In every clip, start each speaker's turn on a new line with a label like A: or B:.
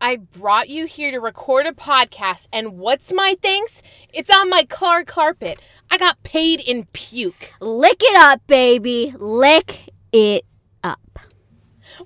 A: I brought you here to record a podcast, and what's my thanks? It's on my car carpet. I got paid in puke.
B: Lick it up, baby. Lick it up.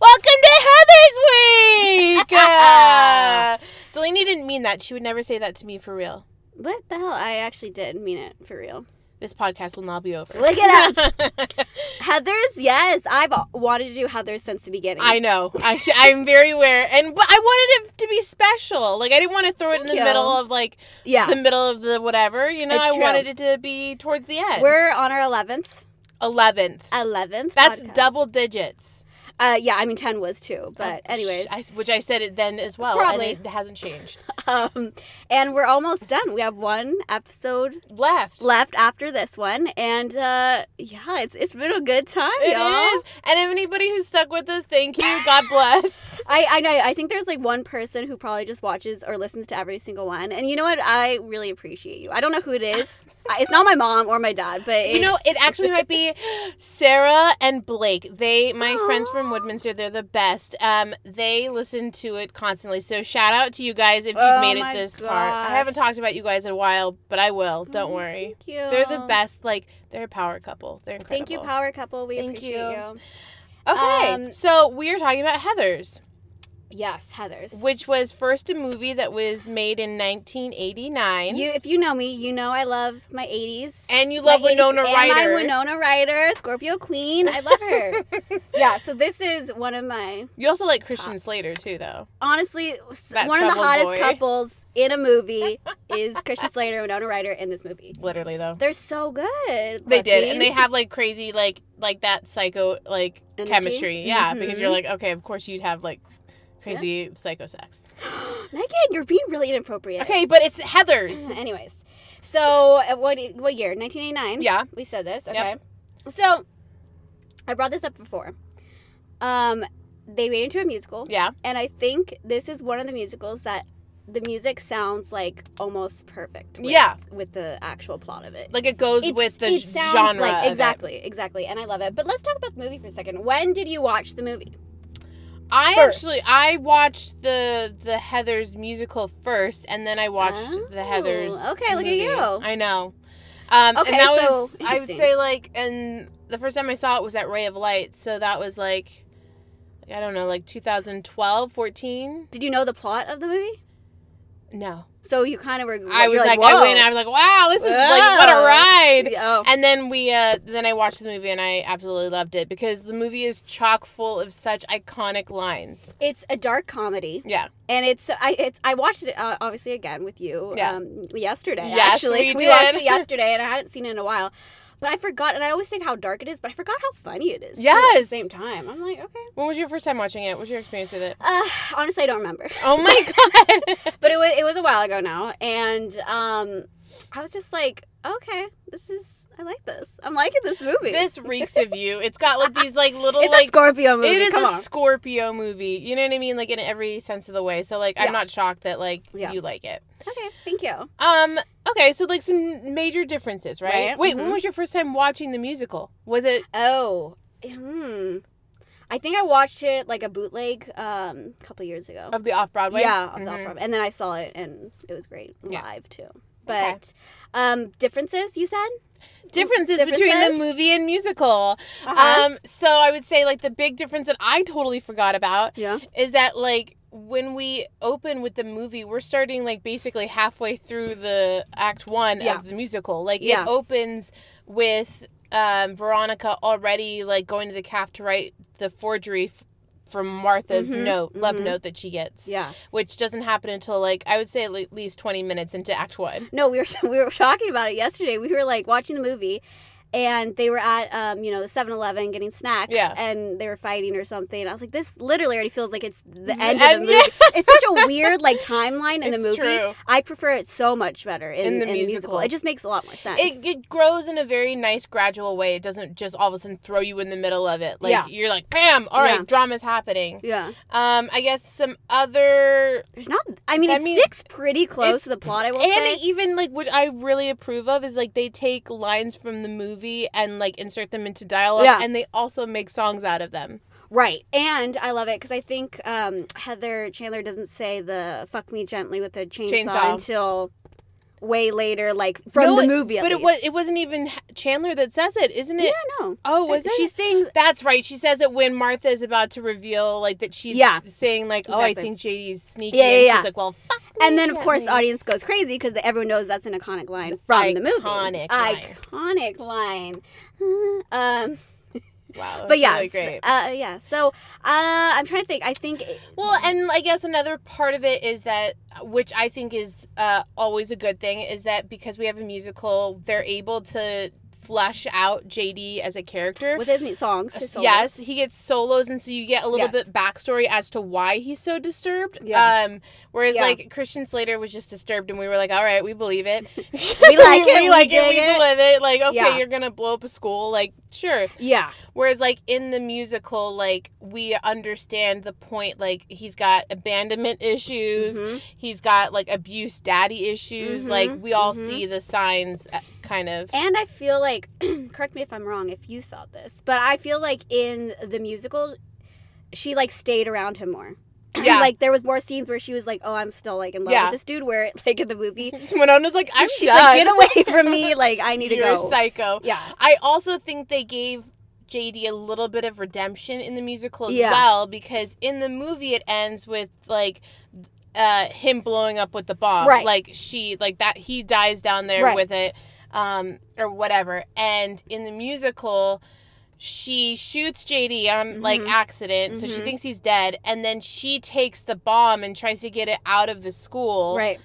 A: Welcome to Heather's Week! Uh, Delaney didn't mean that. She would never say that to me for real.
B: What the hell? I actually did mean it for real.
A: This podcast will not be over.
B: Lick it Heather's, yes. I've a- wanted to do Heather's since the beginning.
A: I know. I sh- I'm very aware, and but I wanted it to be special. Like I didn't want to throw it in the
B: Thank you.
A: middle of like
B: yeah.
A: the middle of the whatever. You know,
B: It's
A: I
B: true.
A: wanted it to be towards the end.
B: We're on our 11th.
A: eleventh.
B: 11th.
A: That's
B: podcast.
A: double digits.
B: Uh, yeah, I mean, 10 was too. But,
A: Oh,
B: anyways.
A: sh- I, which I said it then as well,
B: Probably.
A: and it hasn't changed.
B: Um, and we're almost done. We have one episode
A: Left.
B: left after this one. And uh, yeah, it's, it's been a good time,
A: It
B: y'all.
A: is. And if anybody who stuck with us, thank you. God bless.
B: I, I know. I think there's like one person who probably just watches or listens to every single one. And you know what? I really appreciate you. I don't know who it is. I- it's not my mom or my dad, but
A: you know,
B: it's-
A: it actually might be Sarah and Blake. They, my
B: Aw.
A: friends from Woodminster, they're the best. Um, they listen to it constantly. So shout out to you guys if you've
B: Oh
A: made
B: my
A: it this far. I haven't
B: gosh.
A: talked about you guys in a while, but I will. Don't
B: Oh,
A: worry.
B: Thank you.
A: They're the best. Like they're a power couple. They're incredible.
B: Thank you, power couple. We
A: Thank
B: appreciate
A: you.
B: you.
A: Okay,
B: Um,
A: so we are talking about Heather's.
B: Yes, Heather's.
A: which was first a movie that was made in 1989.
B: You, if you know me, you know I love my '80s.
A: and you love
B: My 80s
A: Winona
B: and
A: Ryder.
B: My Winona Ryder, Scorpio Queen. I love her. yeah. So this is one of my
A: You also like Christian Slater too, though.
B: honestly s-
A: That
B: one of the
A: troubled
B: hottest
A: boy.
B: couples in a movie is Christian Slater and Winona Ryder in this movie.
A: Literally though.
B: They're so good.
A: They did, and
B: Lucky.
A: they have like crazy, like like that psycho, like
B: Energy?
A: chemistry. Yeah, because
B: Mhm.
A: you're like, okay, of course you'd have like crazy psycho sex.
B: Megan, you're being really inappropriate.
A: Okay, but it's Heather's.
B: Anyways, so uh, what what year? 1989.
A: yeah,
B: We said this. Okay.
A: Yep.
B: So I brought this up before. Um, they made it into a musical,
A: yeah.
B: and I think this is one of the musicals that the music sounds like almost perfect. With,
A: Yeah.
B: With the actual plot of it.
A: Like it goes
B: It's-
A: with the
B: it
A: g-
B: sounds
A: genre.
B: like-
A: of it.
B: exactly, exactly, and I love it. But let's talk about the movie for a second. When did you watch the movie?
A: I
B: first.
A: actually I watched the the Heather's musical first, and then I watched the
B: Oh,
A: Heather's.
B: okay, look at
A: movie.
B: you.
A: I know. Um,
B: Okay,
A: and that
B: so,
A: was I would
B: interesting.
A: say like, and the first time I saw it was at Ray of Light, so that was like, I don't know, like 2012, 14.
B: Did you know the plot of the movie?
A: No,
B: So you kind of were.
A: I was
B: you're
A: like, I
B: "Whoa."
A: went, I was like, wow, this is like what a
B: Whoa.
A: ride.
B: Oh.
A: And then we, uh, then I watched the movie and I absolutely loved it because the movie is chock full of such iconic lines.
B: It's a dark comedy,
A: Yeah,
B: and it's I it's I watched it uh, obviously again with you
A: Yeah.
B: um, yesterday.
A: Yes,
B: actually,
A: we did.
B: watched it yesterday, and I hadn't seen it in a while. But I forgot, and I always think how dark it is, but I forgot how funny it is. too, at the
A: Yes.
B: same time, I'm like, okay.
A: When was your first time watching it? What was your experience with it?
B: Uh, honestly, I don't remember,
A: Oh my god!
B: but it was it was a while ago now, and um, I was just like, okay, this is I like this. I'm liking this movie.
A: this reeks of you. It's got like these like little
B: it's a
A: like
B: Scorpio movie.
A: it is
B: Come
A: a
B: on.
A: Scorpio movie. You know what I mean? Like in every sense of the way. So like
B: Yeah.
A: I'm not shocked that like
B: Yeah.
A: you like it.
B: okay, thank you.
A: Um. Okay. So like some major differences, right?
B: Right,
A: Wait. When
B: mhm.
A: was your first time watching the musical? Was it?
B: Oh, hmm. I think I watched it like a bootleg um, a couple years ago.
A: Of the off Broadway, Mm-hmm.
B: Yeah, of the opera. And then I saw it and it was great
A: Yeah.
B: live too.
A: Okay.
B: But um, differences, you said?
A: differences between the
B: Differences?
A: movie and musical.
B: Uh-huh.
A: Um, so I would say like the big difference that I totally forgot about
B: Yeah.
A: is that like when we open with the movie, we're starting like basically halfway through the act one
B: Yeah.
A: of the musical. Like
B: Yeah.
A: it opens with um, Veronica already like going to the calf to write the forgery f- from Martha's
B: Mhm,
A: note, love
B: mhm.
A: note that she gets,
B: Yeah.
A: which doesn't happen until like I would say at le- least twenty minutes into act one.
B: No, we were we were talking about it yesterday. We were like watching the movie and they were at um, you know, the 7-Eleven getting snacks
A: Yeah.
B: and they were fighting or something. I was like this literally already feels like it's the
A: The
B: end
A: end,
B: of the movie. It's such a weird like timeline in
A: It's
B: the movie.
A: true.
B: I prefer it so much better in, in the musical. It just makes a lot more sense.
A: It, it grows in a very nice gradual way. It doesn't just all of a sudden throw you in the middle of it. Like
B: Yeah.
A: you're like, bam, all right,
B: Yeah.
A: drama's happening.
B: yeah.
A: Um, I guess some other
B: There's not I mean
A: I
B: it
A: mean,
B: sticks pretty close to the plot, I will
A: and
B: say.
A: they even like which I really approve of is like they take lines from the movie and like insert them into dialogue
B: Yeah.
A: and they also make songs out of them.
B: Right. And I love it because I think um, Heather Chandler doesn't say the fuck me gently with a chainsaw,
A: Chainsaw.
B: until way later, like from
A: No,
B: the
A: it-
B: movie. At
A: but it
B: least.
A: was it wasn't even Chandler that says it, isn't it?
B: Yeah, no.
A: Oh, was
B: Uh,
A: it?
B: She's saying
A: That's right. She says it when Martha is about to reveal, like that she's
B: Yeah.
A: saying, like, "Oh, I
B: Exactly.
A: think JD's sneaky."
B: Yeah, yeah,
A: and
B: yeah.
A: She's like, "Well, fuck
B: And
A: me,
B: then, of course, the
A: Chandler."
B: audience goes crazy because everyone knows that's an iconic line from the movie.
A: Iconic line.
B: Iconic line. Um,
A: wow, that's
B: but yeah,
A: really
B: s-
A: great.
B: uh, yeah. So uh, I'm trying to think. I think it-
A: Well, and I guess another part of it is that, which I think is uh, always a good thing, is that because we have a musical, they're able to flesh out JD as a character.
B: with his new songs, his solos.
A: Yes, he gets solos, and so you get a little
B: Yes.
A: bit backstory as to why he's so disturbed.
B: Yeah.
A: Um, whereas
B: Yeah.
A: like Christian Slater was just disturbed, and we were like, "All right, we believe it. we
B: like it,
A: We
B: we
A: like it.
B: dig
A: We
B: it."
A: believe it. Like, okay,
B: Yeah.
A: you're gonna blow up a school. Like, sure."
B: yeah,
A: Whereas like in the musical, like we understand the point. Like he's got abandonment issues.
B: Mhm.
A: He's got like abuse daddy issues.
B: Mhm,
A: Like we all
B: mhm.
A: see the signs, uh, kind of.
B: And I feel like, correct me if I'm wrong, if you thought this, but I feel like in the musical, she like stayed around him more.
A: Yeah.
B: like there was more scenes where she was like, "Oh, I'm still like in love
A: Yeah.
B: with this dude." Where like in the movie,
A: Winona's like, I'm
B: she's
A: done.
B: like, "Get away from me! Like I need to
A: You're
B: go."
A: a psycho.
B: yeah.
A: I also think they gave JD a little bit of redemption in the musical as
B: Yeah.
A: well because in the movie it ends with like uh, him blowing up with the bomb,
B: Right.
A: Like she, like that, he dies down there
B: Right.
A: with it, um, or whatever. And in the musical, she shoots JD on like
B: Mhm.
A: accident, so she
B: Mhm.
A: thinks he's dead, and then she takes the bomb and tries to get it out of the school,
B: Right.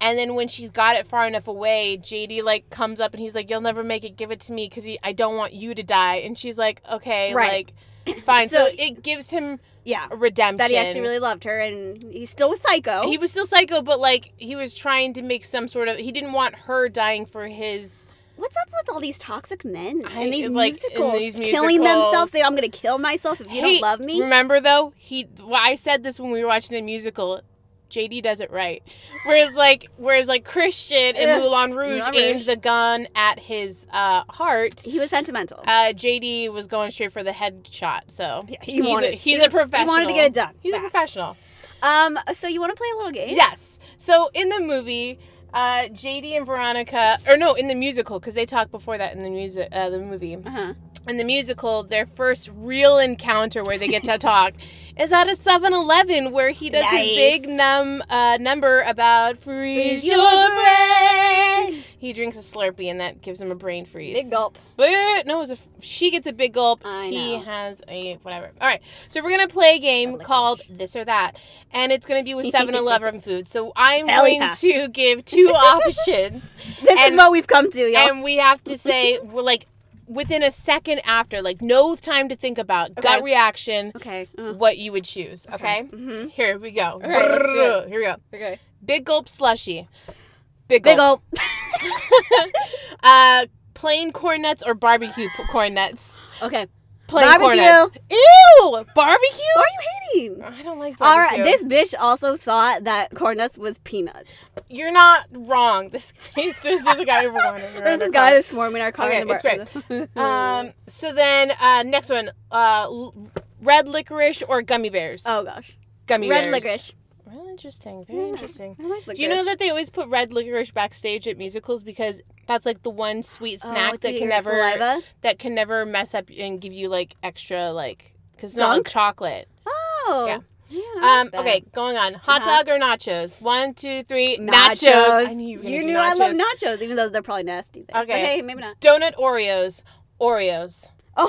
A: and then when she's got it far enough away, JD like comes up and he's like, "You'll never make it. Give it to me, cause he, I don't want you to die." And she's like, "Okay,
B: Right.
A: like, fine." so,
B: So-
A: it gives him
B: Yeah.
A: redemption.
B: That he actually really loved her, and he's still a psycho.
A: He was still psycho, but like he was trying to make some sort of. He didn't want her dying for his.
B: What's up with all these toxic men
A: I-
B: and these
A: like, in
B: musicals
A: these
B: killing
A: musicals.
B: themselves? Saying, "I'm gonna kill myself if you
A: Hey,
B: don't love me."
A: Remember though, he. Well, I said this when we were watching the musical. JD does it right. Whereas like, whereas like Christian in
B: Ugh,
A: Moulin Rouge
B: Moulin Rouge.
A: aimed the gun at his uh, heart.
B: He was sentimental.
A: Uh, JD was going straight for the headshot, so
B: Yeah, he
A: he's,
B: wanted-
A: a, he's a professional.
B: he wanted to get it done.
A: He's a
B: fast. Eh?
A: professional.
B: Um, so you want to play a little game?
A: Yes. So in the movie, uh, JD and Veronica, or no, in the musical, because they talk before that in the music, uh, the movie.
B: Uh-huh.
A: In the musical, their first real encounter where they get to talk is at a 7-Eleven where he does his
B: Nice.
A: big num uh, number about freeze your brain. He drinks a Slurpee and that gives him a brain freeze.
B: Big gulp.
A: But no, it was a, she gets a big gulp.
B: I
A: he
B: know.
A: has a whatever. All right, so we're gonna play a game
B: Licorice.
A: called This or That, and it's gonna be with 7-Eleven food. So I'm
B: Hell
A: going
B: yeah.
A: to give two options,
B: This
A: And-
B: is what we've come to, y'all.
A: and we have to say we're like within a second after, like no time to think about gut
B: Okay.
A: reaction,
B: okay. Uh,
A: what you would choose. Okay,
B: Mm-hmm.
A: here we go.
B: right, let's do it.
A: Here we go.
B: Okay.
A: Big gulp slushy. Big gulp.
B: Big gulp.
A: Uh, plain corn nuts or barbecue p- corn nuts.
B: okay.
A: plain corn
B: Barbecue.
A: nuts. Ew! Barbecue?
B: Why are you hating?
A: I don't like
B: All
A: barbecue.
B: right. This bitch also thought that corn nuts was peanuts.
A: You're not wrong. This there's, there's a guy over corner.
B: There's this guy this morning in our car.
A: Okay,
B: in the bar-
A: it's Um. So then, uh, next one. Uh, l- red licorice or gummy bears?
B: oh gosh.
A: gummy
B: Red
A: bears.
B: licorice.
A: Real interesting. Very
B: Yeah.
A: interesting.
B: I like licorice.
A: Do you know that they always put red licorice backstage at musicals because that's like the one sweet
B: Oh,
A: snack
B: to
A: that
B: get
A: can
B: your
A: never
B: saliva?
A: that can never mess up and give you like extra like because it's not like
B: Gunk?
A: chocolate.
B: Oh.
A: Yeah.
B: Yeah, I like
A: Um,
B: that.
A: okay, going on. Hot
B: Uh-huh.
A: dog or nachos? One, two, three. Nachos.
B: Nachos.
A: I knew you, were gonna
B: You
A: do
B: knew
A: nachos.
B: I love nachos, even though they're probably nasty. Things. But
A: Okay.
B: hey, maybe not.
A: Donut Oreos. Oreos.
B: Oh,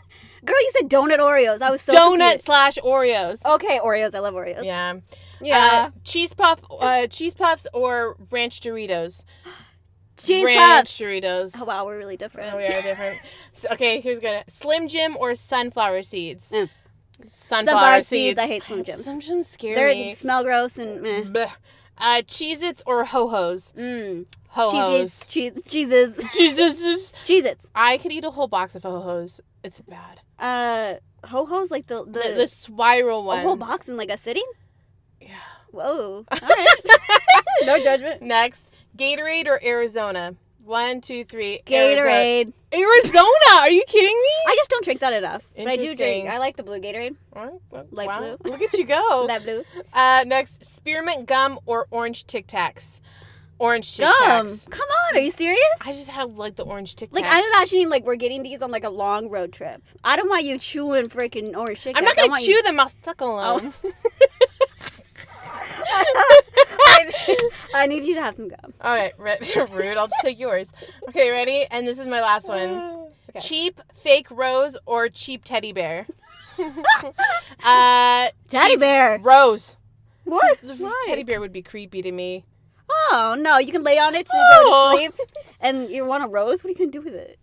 B: girl, you said donut Oreos. I was so
A: Donut
B: confused.
A: slash Oreos.
B: Okay, Oreos. I love Oreos.
A: Yeah.
B: Yeah.
A: Uh, cheese puff. Uh, cheese puffs or ranch Doritos.
B: Cheese
A: ranch
B: puffs.
A: Doritos.
B: Oh wow, we're really different.
A: Oh, we are different. So- okay, here's gonna Slim Jim or sunflower seeds.
B: Mm.
A: Sunflower,
B: Sunflower
A: seeds.
B: seeds. I hate Slim Jims. eh.
A: Slim Jims scare
B: They
A: me.
B: smell gross and meh.
A: Blech. Uh, Cheez-Its or ho hos.
B: Mm.
A: Ho
B: Cheeses,
A: hos.
B: cheese, cheeses,
A: Cheez-Its.
B: cheeses.
A: I could eat a whole box of ho hos. It's bad.
B: Uh, ho hos like the the,
A: The, the spiral
B: a
A: ones.
B: whole box in like a sitting.
A: Yeah.
B: Whoa. All right. no judgment.
A: Next, Gatorade or Arizona? One, two, three. Arizona.
B: Gatorade.
A: Arizona. Are you kidding me?
B: I just don't drink that enough. But I do drink.
A: Interesting.
B: I like the blue Gatorade. Light
A: wow.
B: blue.
A: Look at you go.
B: That blue.
A: Uh, next, spearmint gum or orange Tic Tacs. Orange Tic
B: Gum.
A: Tacs.
B: Come on, are you serious?
A: I just have like the orange Tic Tacs.
B: Like I'm imagining like we're getting these on like a long road trip. I don't want you chewing freaking orange Tic
A: I'm not
B: Tacs. I
A: gonna
B: want
A: chew
B: you- Oh.
A: them. I'll suck alone.
B: I need you to have some gum.
A: All right, re- rude. I'll just take yours. Okay, ready? And this is my last one.
B: Okay.
A: Cheap fake rose or cheap teddy bear? uh,
B: Teddy
A: cheap
B: bear.
A: Rose.
B: What?
A: The
B: Why?
A: Teddy bear would be creepy to me.
B: Oh no, you can lay on it to
A: Oh.
B: go to sleep, and you want a rose. What are you gonna do with it?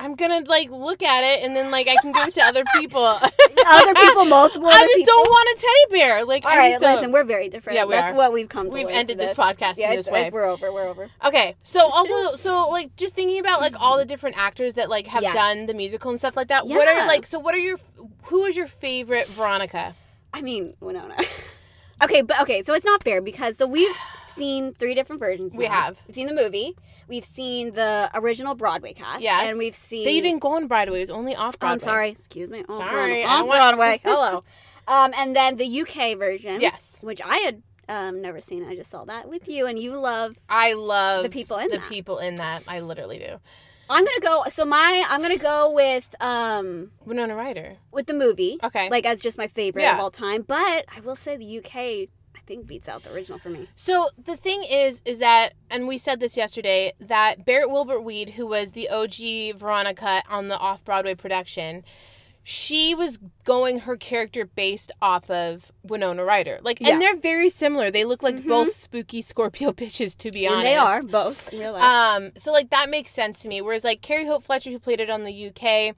A: I'm gonna like look at it and then like I can give it to other people. I
B: Other people, multiple.
A: just
B: other people.
A: don't want a teddy bear. Like
B: All
A: I
B: right,
A: just don't-
B: listen, we're very different.
A: Yeah, we
B: That's
A: are.
B: what we've come to.
A: We've
B: learn
A: ended
B: from
A: this podcast in
B: Yeah,
A: this
B: it's,
A: way.
B: it's- we're over. We're over.
A: Okay, so also, so like just thinking about like all the different actors that like have
B: Yes.
A: done the musical and stuff like that. What
B: Yeah.
A: are like? So what are your? Who is your favorite Veronica?
B: I mean, Winona. okay, but okay, so it's not fair because so we've seen three different versions.
A: We
B: now.
A: have.
B: We've seen the movie. We've seen the original Broadway cast.
A: Yes.
B: and we've seen.
A: They didn't go on Broadway. It was only off
B: Oh,
A: Broadway.
B: I'm sorry. Excuse me. Oh,
A: Sorry,
B: Broadway.
A: I
B: Oh,
A: want-
B: Broadway. Hello. um, and then the UK version.
A: Yes,
B: Which I had um, never seen. I just saw that with you, and you love.
A: I love
B: The people in
A: the
B: that.
A: people in that. I literally do.
B: I'm gonna go. So my I'm gonna go with um
A: Winona Ryder.
B: with the movie.
A: Okay.
B: Like as just my favorite of
A: Yeah.
B: all time, but I will say the UK I think beats out the original for me.
A: So the thing is, is that, and we said this yesterday, that Barrett Wilbert Weed, who was the OG Veronica on the off Broadway production, she was going her character based off of Winona Ryder. Like,
B: Yeah.
A: and they're very similar. They look like
B: Mhm.
A: both spooky Scorpio bitches, to be honest.
B: And they are both in real life.
A: Um, so like that makes sense to me. Whereas like Carrie Hope Fletcher, who played it on the UK,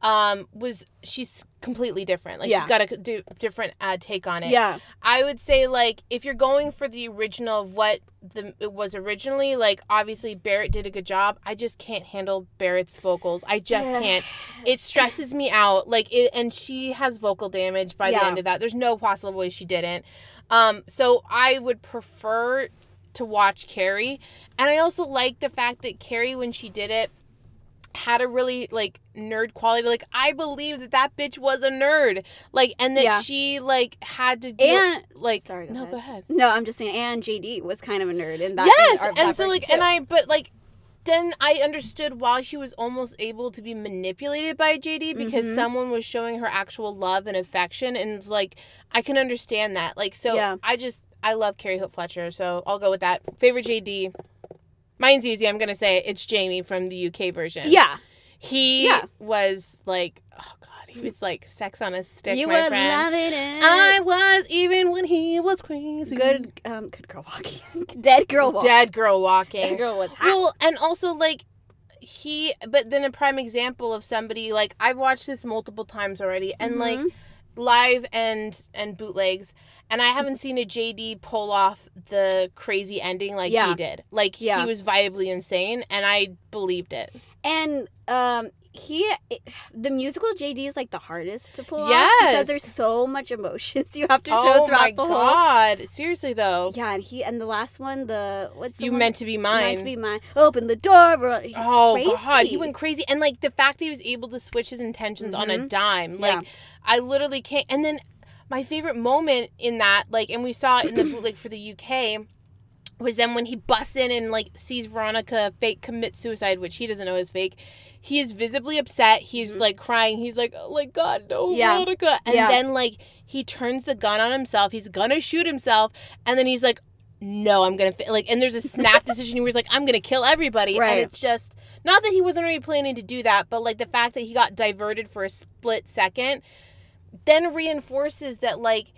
A: um, was she's completely different. Like
B: Yeah.
A: she's got a d- different uh, take on it.
B: yeah.
A: I would say like if you're going for the original of what the it was originally, like obviously Barrett did a good job. I just can't handle Barrett's vocals. I just
B: Yeah.
A: can't. It stresses me out. Like it, and she has vocal damage by the
B: Yeah.
A: end of that. There's no possible way she didn't. Um, so I would prefer to watch Carrie, and I also like the fact that Carrie when she did it had a really like nerd quality like i believe that that bitch was a nerd like and that
B: Yeah.
A: she like had to do
B: And
A: like
B: Sorry, go
A: no
B: ahead.
A: go ahead
B: no, I'm just saying and JD was kind of a nerd in that.
A: yes
B: in our-
A: and
B: that
A: so like
B: version
A: and i but like then i understood why she was almost able to be manipulated by jd because
B: Mhm.
A: someone was showing her actual love and affection and like i can understand that like so
B: Yeah.
A: i just i love carrie hope fletcher so i'll go with that favorite jd mine's easy i'm gonna say it. it's jamie from the uk version
B: too. Yeah.
A: he
B: Yeah.
A: was like oh god he was like sex on a stick
B: you
A: my
B: were
A: friend
B: loving it.
A: I was even when he was crazy.
B: good um good girl walking. Dead girl walking.
A: dead girl walking.
B: Dead girl was hot.
A: Well, and also like he, but then a prime example of somebody like I've watched this multiple times already, and like
B: Mhm.
A: live and and bootlegs, and I haven't seen a JD pull off the crazy ending like
B: Yeah.
A: he did. Like
B: Yeah.
A: he was viably insane, and I believed it.
B: and um he the musical JD is like the hardest to pull off
A: Yes.
B: because there's so much emotions you have to show
A: Oh
B: throughout
A: my
B: the whole.
A: god! Seriously though,
B: Yeah, and he and the last one, the what's the
A: you
B: one?
A: meant to be
B: You
A: mine.
B: meant to be mine. Open the door. Bro. He-
A: Oh god,
B: crazy.
A: he went crazy, and like the fact that he was able to switch his intentions on a
B: Mhm.
A: dime, like I literally can't. And then my favorite moment in that, like, and we saw it in the bootleg for the UK, was then when he busts in and like sees Veronica fake commit suicide, which he doesn't know is fake. He is visibly upset. He's
B: Mhm.
A: like crying. He's like, "Oh my god, no,
B: Yeah.
A: Veronica!" And
B: Yeah.
A: then like he turns the gun on himself. He's gonna shoot himself, and then he's like, "No, I'm gonna fa-. like." And there's a snap decision where he's like, "I'm gonna kill everybody,"
B: Right.
A: and it's just not that he wasn't already planning to do that, but like the fact that he got diverted for a split second then reinforces that like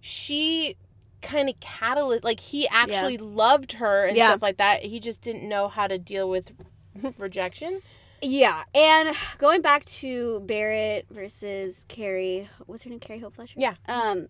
A: she kind of catalyst like he actually loved her and
B: Yeah.
A: stuff like that. He just didn't know how to deal with rejection.
B: Yeah, and going back to Barrett versus Carrie, what's her name? Carrie Hope Fletcher.
A: Yeah.
B: Um,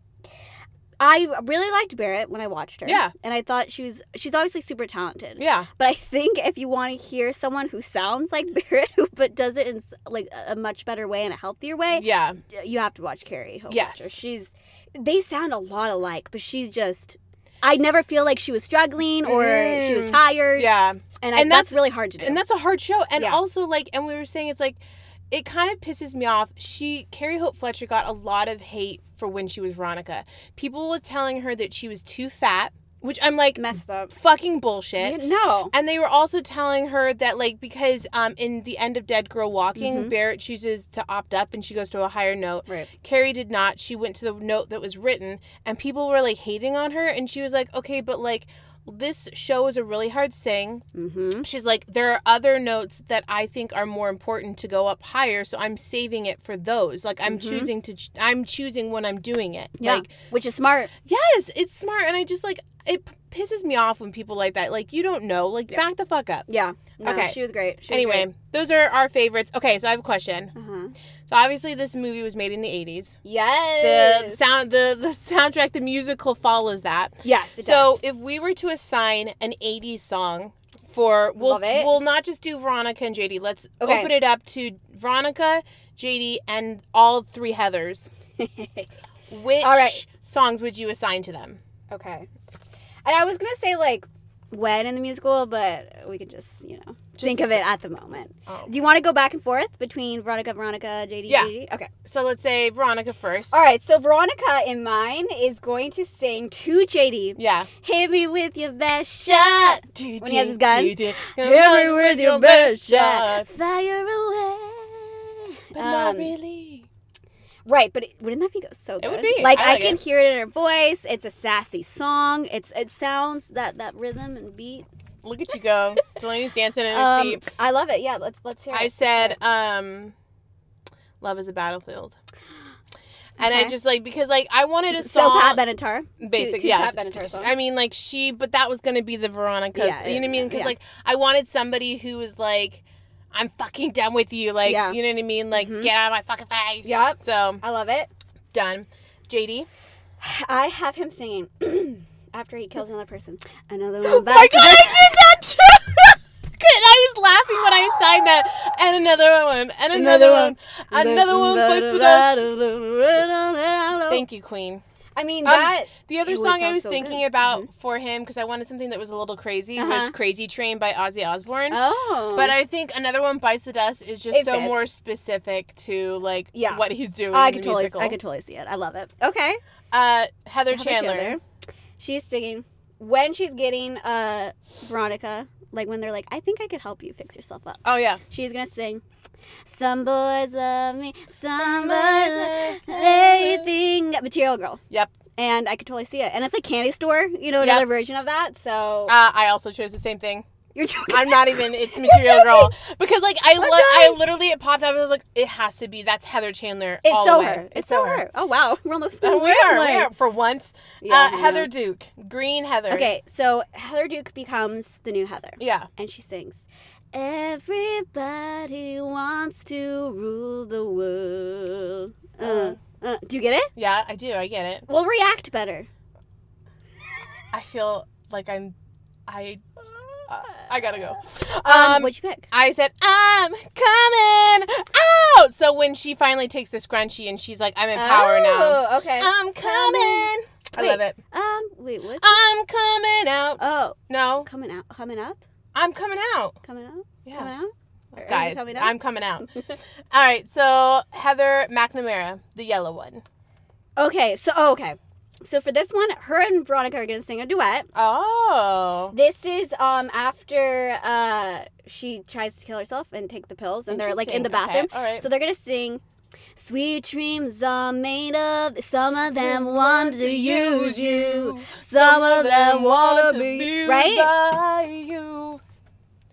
B: I really liked Barrett when I watched her.
A: Yeah.
B: and I thought she was she's obviously super talented.
A: Yeah.
B: But I think if you want to hear someone who sounds like Barrett, who but does it in s- like a a much better way and a healthier way,
A: Yeah.
B: you have to watch Carrie Hope
A: Yes.
B: Fletcher. She's they sound a lot alike, but she's just I never feel like she was struggling or she was
A: Mhm.
B: tired.
A: Yeah.
B: and, I,
A: And
B: that's,
A: that's-
B: really hard to do.
A: and that's a hard show and
B: Yeah.
A: also like and we were saying it's like it kind of pisses me off she carrie hope fletcher got a lot of hate for when she was veronica people were telling her that she was too fat which i'm like
B: messed up.
A: fucking bullshit
B: You- no,
A: and they were also telling her that, like, because um, in the end of Dead Girl Walking, Barrett chooses to opt up and she goes to a higher note.
B: Right.
A: Carrie did not. She went to the note that was written, and people were like hating on her. And she was like, okay, but like, this show is a really hard sing.
B: mm-hmm.
A: She's like, there are other notes that I think are more important to go up higher, so I'm saving it for those. Like, I'm choosing to, ch- I'm choosing when I'm doing it.
B: Mm-hmm. yeah,
A: Like,
B: which is smart.
A: yes, it's smart. And I just like, it p- pisses me off when people like that. Like, you don't know. Like,
B: Yeah.
A: back the fuck up.
B: Yeah. No,
A: Okay.
B: She was great. She was
A: Anyway, those are our favorites. Okay, so I have a question.
B: great. Uh-huh.
A: So obviously, this movie was made in the '80s. The
B: Yes.
A: sound, the the soundtrack, the musical follows that.
B: yes. It
A: So
B: does.
A: if we were to assign an '80s song for, we'll
B: Love it.
A: we'll not just do Veronica and JD. Let's
B: Okay.
A: open it up to Veronica, JD, and all three Heather's. Which
B: All right.
A: songs would you assign to them?
B: okay. And I was gonna say like when in the musical, but we could just you know think of it at the moment.
A: Oh.
B: Do you want to go back and forth between Veronica, Veronica, JD,
A: Yeah.
B: JD? Okay.
A: So let's say Veronica first.
B: All right. So Veronica in mine is going to sing to JD.
A: Yeah.
B: Hit me with your best shot.
A: Shot.
B: When he has his gun.
A: Hit me
B: Hit me with your best shot. Fire away.
A: But not
B: Um,
A: really.
B: Right, but it, wouldn't that be go- so
A: It
B: good?
A: would be.
B: Like
A: I
B: I,
A: like
B: can
A: it.
B: hear it in her voice. It's a sassy song. It's it sounds that that rhythm and beat.
A: Look at you go. Delaney's dancing in her
B: Um,
A: seat.
B: I love it. Yeah, let's let's hear
A: I
B: it.
A: said, um, love is a battlefield. And I
B: Okay.
A: just like because like I wanted a
B: So
A: song
B: Pat Benatar.
A: basic,
B: two, two
A: yes.
B: Pat Benatar songs.
A: I mean like she but that was gonna be the Veronica
B: Yeah,
A: you know what I mean? Because
B: yeah.
A: like I wanted somebody who was like, I'm fucking done with you, like
B: Yeah.
A: you know what I mean? Like
B: Mhm.
A: get out of my fucking face.
B: Yep.
A: So
B: I love it.
A: done. JD.
B: I have him singing after he kills another person. Another one.
A: Oh
B: bites
A: my
B: the
A: god, I did that too. and I was laughing when I signed that. And another one. And another,
B: Another
A: one. Another one puts it up. Thank you, Queen.
B: I mean
A: Um,
B: that.
A: The other
B: It would
A: song I
B: sound
A: was
B: so
A: thinking
B: good. Mm-hmm.
A: about for him because I wanted something that was a little crazy was
B: Uh-huh.
A: "Crazy Train" by Ozzy Osbourne.
B: oh.
A: But I think another one bites the dust is just
B: It
A: so
B: fits.
A: more specific to like
B: Yeah.
A: what he's doing.
B: I
A: in
B: could
A: the
B: totally
A: musical.
B: I could totally see it. I love it. Okay.
A: Uh, Heather
B: Heather
A: Chandler.
B: Chandler. She's singing when she's getting uh Veronica, like when they're like, I think I could help you fix yourself up.
A: Oh yeah.
B: She's gonna sing Some boys love me, some boys love they think Material Girl.
A: Yep.
B: And I could totally see it. And it's like candy store, you know,
A: Yep.
B: another version of that. So
A: Uh, I also chose the same thing.
B: you're joking.
A: I'm not even. It's Material Girl because like I lo- I
B: dying.
A: literally it popped up and I was like it has to be that's Heather Chandler.
B: it's
A: all
B: so
A: the way.
B: her. It's, so her. Oh wow. We're on the
A: Uh,
B: same
A: we are, we
B: wavelength.
A: are for once.
B: Yeah, I
A: uh,
B: know.
A: Heather Duke, Green Heather.
B: Okay, so Heather Duke becomes the new Heather.
A: Yeah.
B: and she sings everybody wants to rule the world uh, uh, do you get it
A: Yeah, I do. I get it.
B: we'll react better
A: I feel like I'm. I. Uh, I gotta go.
B: um,
A: Um,
B: what'd you pick
A: I said I'm coming out. So when she finally takes the scrunchie and she's like, "I'm in power now."
B: Oh, okay
A: I'm coming. I
B: Wait.
A: love it.
B: um wait what
A: I'm coming out.
B: oh
A: No,
B: coming out coming up
A: I'm coming out.
B: coming out coming
A: Yeah,
B: out Are you
A: guys,
B: coming out?
A: I'm coming out. All right, so Heather McNamara, the yellow one.
B: okay so oh, okay so for this one her and veronica are gonna sing a duet
A: Oh,
B: This is um after uh she tries to kill herself and take the pills and they're like in the
A: Interesting. Okay,
B: bathroom.
A: all right.
B: So they're gonna sing Sweet dreams are made of some of them want to use you. Some of them wanna be- right?
A: by you.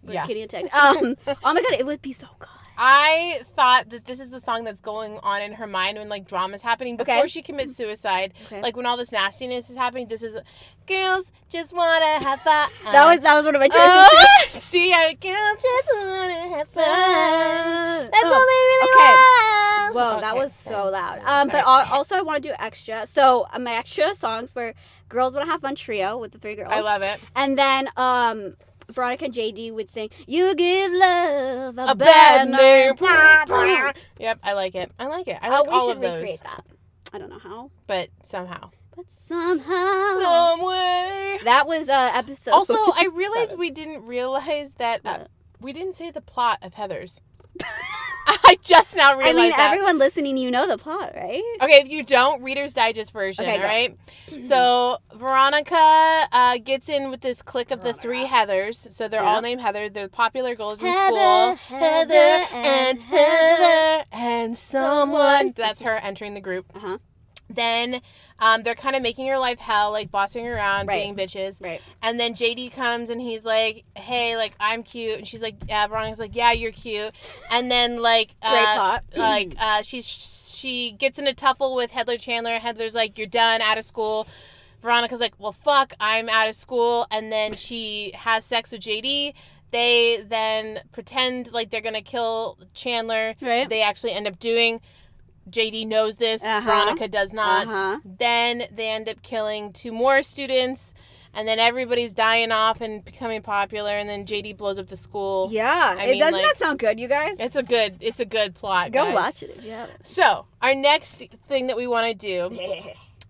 B: We're
A: Yeah.
B: kidding attack. Um oh my god, it would be so good.
A: I thought that this is the song that's going on in her mind when like drama's happening before
B: Okay.
A: she commits suicide.
B: Okay.
A: Like when all this nastiness is happening, this is girls just wanna have fun.
B: That was that was one of my choices.
A: oh, see, I girls just wanna have fun. uh, That's all they really want.
B: Oh. Whoa, that
A: Okay,
B: was so
A: sorry.
B: loud. Um, but
A: Sorry.
B: al- also I want to do extra. So uh, my extra songs were "Girls Wanna Have Fun" trio with the three girls.
A: I love it.
B: And then um Veronica JD would sing, You give love a,
A: A bad name.
B: I
A: yep, I like it. I like it. I like
B: Oh, Uh, we
A: all
B: should
A: of those,
B: recreate that. I don't know how,
A: but somehow,
B: Oh. but somehow.
A: some way.
B: That was uh episode.
A: Also, I realized we didn't realize that uh, we didn't say the plot of Heather's. I just now
B: I
A: realized
B: mean,
A: that.
B: everyone listening, you know the plot, right?
A: Okay, if you don't, Reader's Digest version,
B: Okay,
A: all
B: go.
A: right? So Veronica uh, gets in with this clique of the three Heathers. So they're all
B: Yeah.
A: named Heather. They're popular girls in school.
B: Heather, Heather, and
A: Heather and
B: someone.
A: That's her entering the group.
B: Uh-huh.
A: Then um, they're kind of making your life hell, like bossing her around,
B: Right.
A: being bitches.
B: Right.
A: And then JD comes and he's like, "Hey, like I'm cute," and she's like, "Yeah." Veronica's like, "Yeah, you're cute." And then like,
B: Great
A: uh,
B: plot.
A: like uh, she's she gets in a tuffle with Heather Chandler. Heather's like, "You're done, out of school." Veronica's like, "Well, fuck, I'm out of school." And then she has sex with JD. They then pretend like they're gonna kill Chandler.
B: Right.
A: They actually end up doing. JD knows this.
B: Uh-huh.
A: Veronica does not.
B: Uh-huh.
A: Then they end up killing two more students. And then everybody's dying off and becoming popular, and then JD blows up the school.
B: yeah.
A: I
B: it
A: mean,
B: doesn't
A: like-
B: that sound good, you guys?
A: It's a good, it's a good plot.
B: Go
A: guys.
B: watch it. if you haven't.
A: So, our next thing that we want to do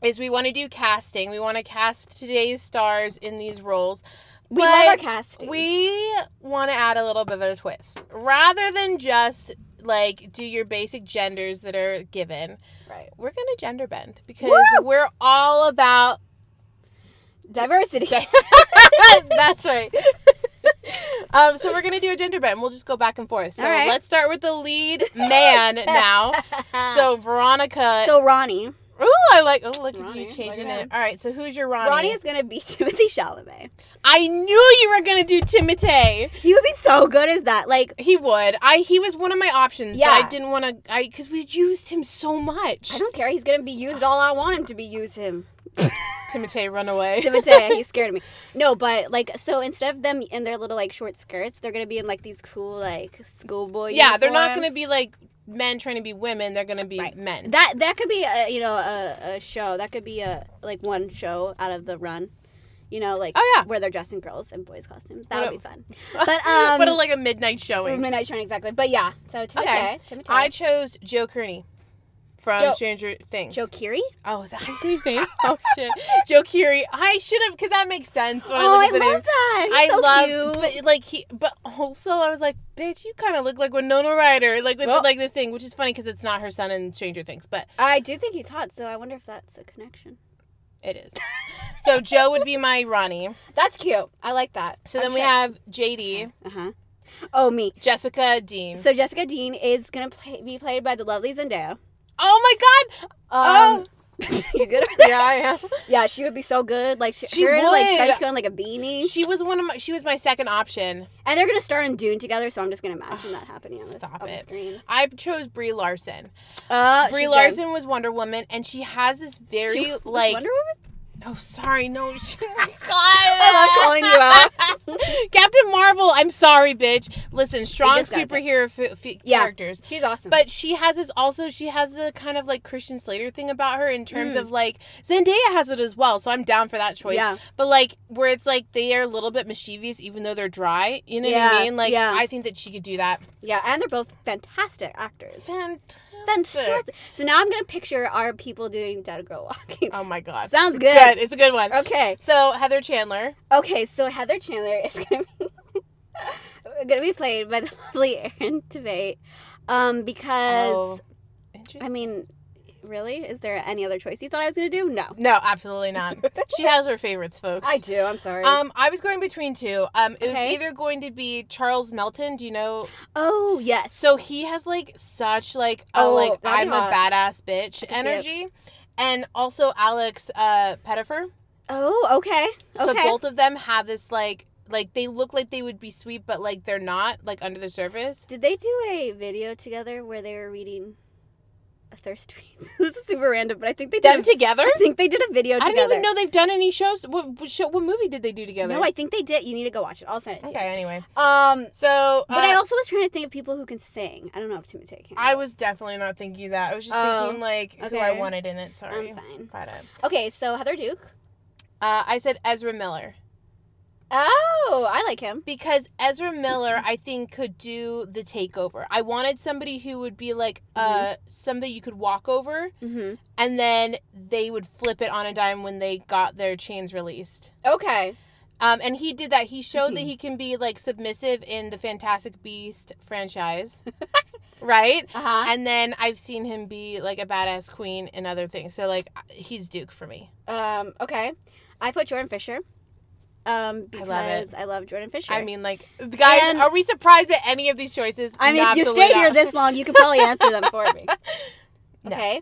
A: is we want to do casting. We want to cast today's stars in these roles.
B: We love our
A: But
B: casting.
A: We want to add a little bit of a twist. Rather than just like do your basic genders that are given,
B: right.
A: we're going to gender bend because
B: Woo!
A: we're all about
B: diversity.
A: That's right. um, so we're gonna do a gender bend. We'll just go back and forth. So
B: All right.
A: let's start with the lead man now. So Veronica.
B: so Ronnie.
A: Ooh, I like. Oh, look
B: Ronnie,
A: at you
B: look
A: changing
B: at
A: it.
B: him.
A: All right. So who's your Ronnie?
B: Ronnie. is gonna be Timothy Chalamet.
A: I knew you were gonna do Timotei.
B: He would be so good as that. Like
A: He would. I. He was one of my options. Yeah. But I
B: Yeah.
A: didn't want to. I because we used him so much.
B: I don't care. He's gonna be used all I want him to be used him.
A: Timotei, run away.
B: Timotei, he scared me. No, but like so instead of them in their little like short skirts, they're gonna be in like these cool like schoolboy.
A: yeah, they're not gonna
B: uniforms.
A: be like men trying to be women. They're gonna be
B: Right.
A: men.
B: that. That could be a you know a, a show. That could be a like one show out of the run. You know, like
A: Oh, yeah.
B: where they're dressed in girls and boys costumes. That
A: What
B: would
A: a-
B: be fun. But um,
A: what a, uh, like a midnight showing.
B: midnight showing exactly. But yeah, so Timotei,
A: Okay.
B: Timotei,
A: I chose Joe Kearney from
B: Joe-
A: Stranger Things.
B: Joe Keery.
A: oh, is that how you say his name? oh shit, Joe Keery. I should have because that makes sense when
B: Oh,
A: I
B: I
A: look at the name.
B: love that. He's
A: I
B: so
A: love,
B: cute.
A: but like he, but also I was like, bitch, you kind of look like Winona Ryder, like with the,
B: Well-
A: like the thing, which is funny because it's not her son in Stranger Things, but
B: I do think he's hot, so I wonder if that's a connection.
A: it is. so Joe would be my Ronnie.
B: That's cute. I like that.
A: So then we have JD,
B: Uh huh. Oh me.
A: Jessica Dean.
B: So Jessica Dean is gonna play, be played by the lovely Zendaya.
A: oh my God! Oh!
B: Um, you good? over there?
A: yeah, I am.
B: Yeah, she would be so good. Like she,
A: She
B: her in,
A: would.
B: like trench coat and like a beanie,
A: She was one of my. She was my second option.
B: and they're gonna star in Dune together. So I'm just gonna imagine that happening on, this,
A: Stop
B: on the
A: it.
B: screen.
A: I chose Brie Larson.
B: Uh,
A: Brie Larson was Wonder Woman, and she has this very like.
B: Wonder Woman.
A: Oh, sorry, no. She, God,
B: I love calling you out.
A: Captain Marvel. I'm sorry, bitch. Listen, strong
B: just got that.
A: superhero f- f-
B: Yeah.
A: characters.
B: She's awesome.
A: But she has this also, she has the kind of like Christian Slater thing about her in terms of like Zendaya has it as well, so I'm down for that choice.
B: Mm. Yeah.
A: But like where it's like they are a little bit mischievous even though they're dry. You know what
B: Yeah,
A: I mean? Like
B: yeah.
A: I think that she could do that.
B: yeah, and they're both fantastic actors.
A: Fantastic.
B: Fantastic. So now I'm gonna picture our people doing Dead Girl Walking.
A: Oh my god.
B: Sounds
A: good.
B: good.
A: It's a good one.
B: Okay.
A: So Heather Chandler.
B: Okay, so Heather Chandler is gonna be gonna be played by the lovely Erin Tveit, um, because
A: Oh, interesting.
B: I mean, really, is there any other choice you thought I was gonna do? No,
A: no, absolutely not. she has her favorites, folks.
B: I do. I'm sorry.
A: Um, I was going between two. Um, it was
B: Okay.
A: either going to be Charles Melton. Do you know?
B: oh yes.
A: So he has like such like a
B: Oh,
A: like
B: that'd
A: I'm
B: be
A: a
B: hot.
A: badass bitch
B: see it.
A: energy, and also Alex uh Pettifer.
B: oh okay.
A: So
B: okay.
A: both of them have this like like they look like they would be sweet, but like they're not like under the surface.
B: Did they do a video together where they were reading a thirst tweets? this is super random, but I think they did.
A: Them
B: A,
A: together.
B: I think they did a video
A: I
B: together.
A: didn't even know they've done any shows. What what show? What movie did they do together?
B: No, I think they did. You need to go watch it. I'll send it to
A: okay. Anyway,
B: you. Um,
A: so
B: but I
A: uh,
B: also was trying to think of people who can sing. I don't know if Timotei can.
A: I was definitely not thinking that. I was just
B: Oh,
A: thinking like who I
B: okay.
A: wanted in it. Sorry.
B: I'm fine.
A: But, uh,
B: Okay, so Heather Duke.
A: Uh, I said Ezra Miller.
B: Oh, I like him.
A: because Ezra Miller, I think, could do the takeover. I wanted somebody who would be like uh somebody you could walk over,
B: hmm
A: and then they would flip it on a dime when they got their chains released.
B: Okay.
A: Um, and he did that. He showed that he can be like submissive in the Fantastic Beast franchise, right?
B: Uh huh.
A: And then I've seen him be like a badass queen and other things. So like uh, he's Duke for me.
B: Um, okay. I put Jordan Fisher. Um,
A: I
B: because
A: love it.
B: I love Jordan Fisher.
A: I mean, like guys,
B: And-
A: are we surprised at any of these choices?
B: I mean, if you
A: Absolutely
B: stayed here
A: not.
B: this long, you could probably answer them for me.
A: No.
B: Okay.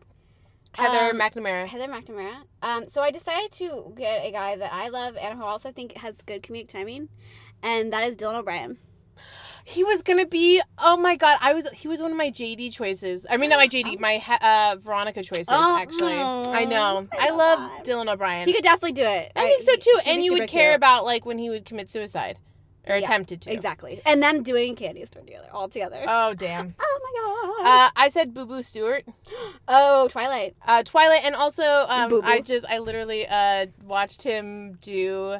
A: Heather
B: um,
A: McNamara.
B: Heather McNamara. Um, so I decided to get a guy that I love and who I also think has good comedic timing, and that is Dylan O'Brien.
A: He was gonna be. Oh my god, I was. He was one of my JD choices. I mean, not my JD, my he- uh, Veronica choices.
B: Oh,
A: actually,
B: aw.
A: I know.
B: I
A: I,
B: love
A: love
B: that.
A: Dylan O'Brien.
B: He could definitely do it.
A: I think so too.
B: he'd
A: and
B: be
A: you
B: super
A: would care
B: cute.
A: about like when he would commit suicide or
B: Yeah,
A: attempted to.
B: exactly. And them doing Candy Store together, all together.
A: Oh damn.
B: oh my god.
A: Uh, I said Boo Boo Stewart,
B: oh, Twilight.
A: uh, Twilight, and also um,
B: Boo Boo.
A: I just I literally uh, watched him do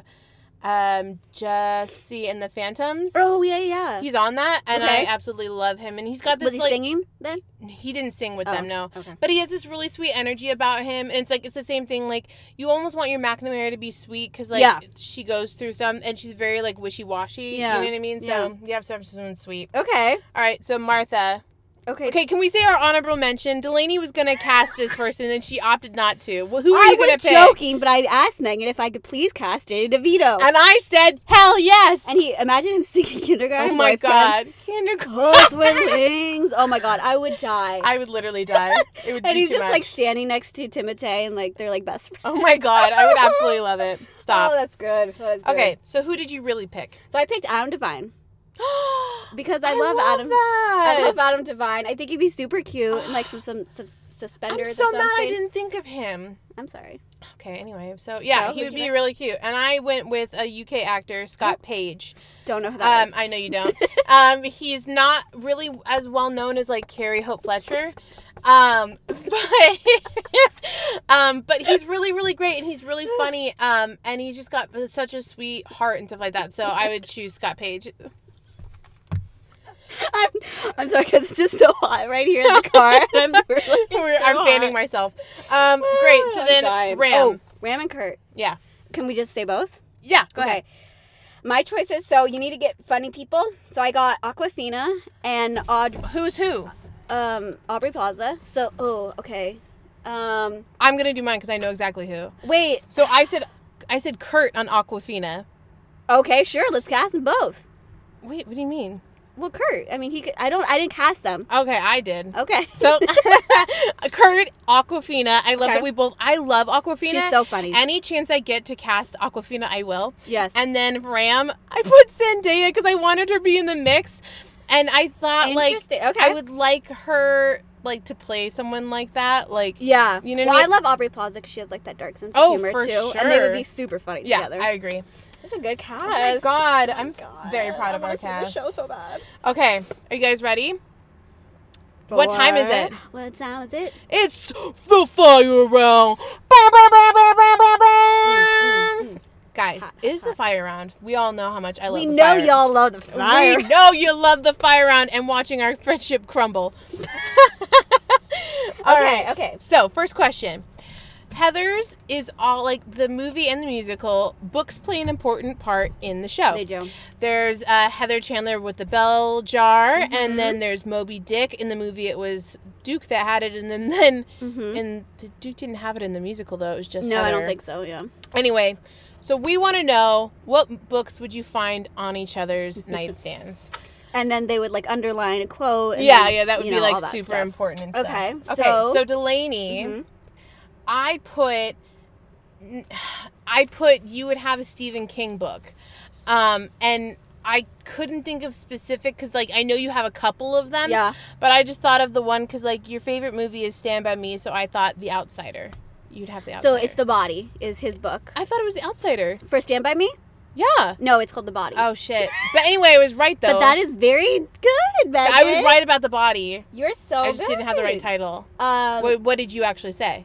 A: um, Jesse and the Phantoms.
B: Oh yeah, yeah.
A: He's on that, and
B: Okay.
A: I absolutely love him. And he's got this
B: Was he
A: like
B: singing then?
A: he didn't sing with
B: Oh,
A: them, no.
B: okay.
A: But he has this really sweet energy about him, and it's like it's the same thing. Like you almost want your McNamara to be sweet because like
B: Yeah.
A: she goes through some, and she's very like wishy washy.
B: Yeah.
A: You know what I mean? So
B: Yeah.
A: you have to have someone sweet.
B: Okay.
A: All right, so Martha.
B: Okay.
A: Okay, can we say our honorable mention? Delaney was gonna cast this person, and she opted not to. Well, who are
B: I
A: you gonna
B: was
A: pick?
B: joking, but I asked Megan if I could please cast Danny DeVito, and,
A: And I said, hell yes.
B: he imagine him singing kindergarten.
A: oh my
B: Boyfriend,
A: god, kindergarten.
B: Those were wings. Oh my god, I would die.
A: I would literally die. It would
B: and
A: be
B: he's
A: too
B: just
A: much.
B: like standing next to Timotei, and like they're like best friends.
A: oh my god, I would absolutely love it.
B: Oh,
A: Stop.
B: that's good. That is good.
A: Okay, so who did you really pick?
B: So I picked Adam Devine because I,
A: I
B: love,
A: love
B: Adam.
A: that.
B: I love Adam Devine. I think he'd be super cute and like some some, some
A: I'm
B: suspenders.
A: so
B: or something.
A: mad I didn't think of him.
B: I'm sorry.
A: Okay, anyway, so yeah,
B: So,
A: he
B: who'd
A: would
B: you
A: be
B: pick?
A: really cute. And I went with a UK actor, Scott Page.
B: Don't know who that
A: Um,
B: is.
A: I know you don't. um, he's not really as well known as like Carrie Hope Fletcher. Um, but um, but he's really really great and he's really funny. Um, and he's just got such a sweet heart and stuff like that. So I would choose Scott Page.
B: I'm, I'm sorry because it's just so hot right here in the car. and I'm, really
A: We're-
B: so
A: I'm fanning
B: hot. Ah,
A: myself. Um, great. So
B: I'm
A: then
B: dying.
A: Ram.
B: Oh, Ram and Kurt.
A: Yeah.
B: Can we just say both?
A: Yeah. Go ahead.
B: My choices. So you need to get funny people. So I got Aquafina and Aud-
A: Who's who?
B: um, Aubrey Plaza. So oh, okay. Um,
A: I'm gonna do mine because I know exactly who.
B: wait.
A: So I said, I said Kurt on Aquafina.
B: Okay, sure. Let's cast them both.
A: Wait, what do you mean?
B: Well, Kurt. I mean, he. Could, I don't. I didn't cast them.
A: Okay, I did.
B: Okay.
A: So Kurt Aquafina. I love
B: Okay.
A: that we both. I love Aquafina.
B: She's so funny.
A: Any chance I get to cast Aquafina, I will.
B: yes.
A: And then Ram, I put Zendaya because I wanted her to be in the mix, and I thought like
B: Interesting. okay.
A: I would like her like to play someone like that. Like
B: yeah.
A: You know what
B: well,
A: I
B: I
A: mean?
B: love Aubrey Plaza because she has like that dark sense of
A: Oh,
B: humor
A: for
B: too, and they would
A: sure.
B: be super funny
A: yeah,
B: together.
A: I agree.
B: That's a good cast.
A: Oh my God, I'm
B: God.
A: very proud of
B: I
A: our
B: wanna see
A: cast.
B: this show so bad.
A: Okay, are you guys ready? What time is it?
B: What time is it?
A: It's the fire round. Bah, bah, bah, bah, bah, bah, bah. Guys,
B: Mm, Hot,
A: it is the fire round. We all know how much I love
B: We
A: the
B: know
A: fire.
B: y'all love the fire.
A: We know you love the fire round and watching our friendship crumble. All right.
B: okay, okay.
A: So, first question. Heathers is all like the movie and the musical. Books play an important part in the show.
B: They do.
A: There's uh, Heather Chandler with the bell jar,
B: Mm-hmm.
A: and then there's Moby Dick. In the movie, it was Duke that had it, and then then
B: Mhm.
A: and Duke didn't have it in the musical though. It was just
B: No, I don't
A: Heather.
B: think so. Yeah.
A: Anyway, so we want to know what books would you find on each other's nightstands?
B: And then they would like underline a quote. And
A: yeah,
B: then,
A: yeah, that would
B: you
A: be
B: know,
A: like
B: all that
A: super
B: stuff.
A: important and stuff.
B: Okay,
A: okay.
B: so-
A: So, Delaney,
B: Mhm.
A: I put, I put you would have a Stephen King book, um, and I couldn't think of specific because like I know you have a couple of them.
B: Yeah.
A: But I just thought of the one because like your favorite movie is Stand by Me, so I thought The Outsider. You'd have The
B: So
A: Outsider.
B: it's the body is his book
A: I thought it was The Outsider.
B: for Stand by Me.
A: Yeah.
B: No, it's called the body.
A: Oh shit. But anyway, I was right though.
B: but that is very good, Megan.
A: I was right about the body.
B: You're so.
A: I just didn't have the right
B: good.
A: title.
B: Um,
A: What, what did you actually say?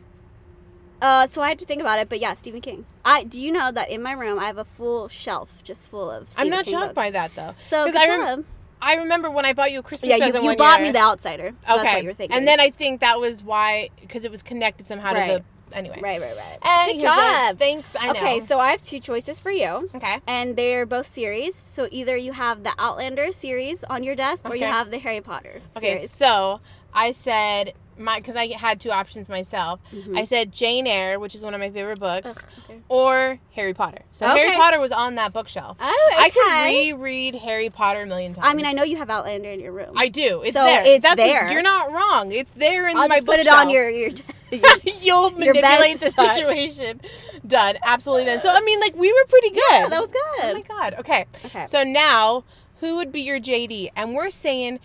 B: Uh, so I had to think about it, but yeah, Stephen King. I do you know that in my room I have a full shelf just full of. Stephen
A: I'm not
B: King
A: shocked
B: books.
A: by that though.
B: So
A: because
B: good
A: I rem-
B: job.
A: I remember when I bought you a Christmas
B: yeah, you,
A: present.
B: you
A: one
B: bought
A: year.
B: me the outsider. So
A: okay,
B: That's what you're thinking.
A: and then I think that was why because it was connected somehow
B: Right.
A: to the anyway.
B: right, right, right.
A: Anywho,
B: good
A: so
B: job.
A: thanks. I know.
B: Okay, so I have two choices for you,
A: okay.
B: and they're both series. So either you have the Outlander series on your desk, or you
A: Okay.
B: have the Harry Potter
A: Okay,
B: series.
A: so I said my because I had two options myself.
B: Hmm.
A: I said Jane Eyre, which is one of my favorite books,
B: Mm-hmm. okay.
A: or Harry Potter. So Harry
B: Okay.
A: Potter was on that bookshelf.
B: Oh, okay.
A: I could reread Harry Potter a million times.
B: I mean, I know you have Outlander in your room.
A: I do. It's
B: So
A: there.
B: it's
A: That's
B: there.
A: you're not wrong. It's there in
B: I'll
A: my
B: just put it
A: bookshelf.
B: on your your.
A: You'll
B: your
A: manipulate the
B: best shot.
A: situation. Done. Absolutely done. So I mean, like we were pretty good.
B: Yeah, that was
A: Oh
B: good.
A: my god. Okay.
B: okay.
A: So now, who would be your JD? And we're saying,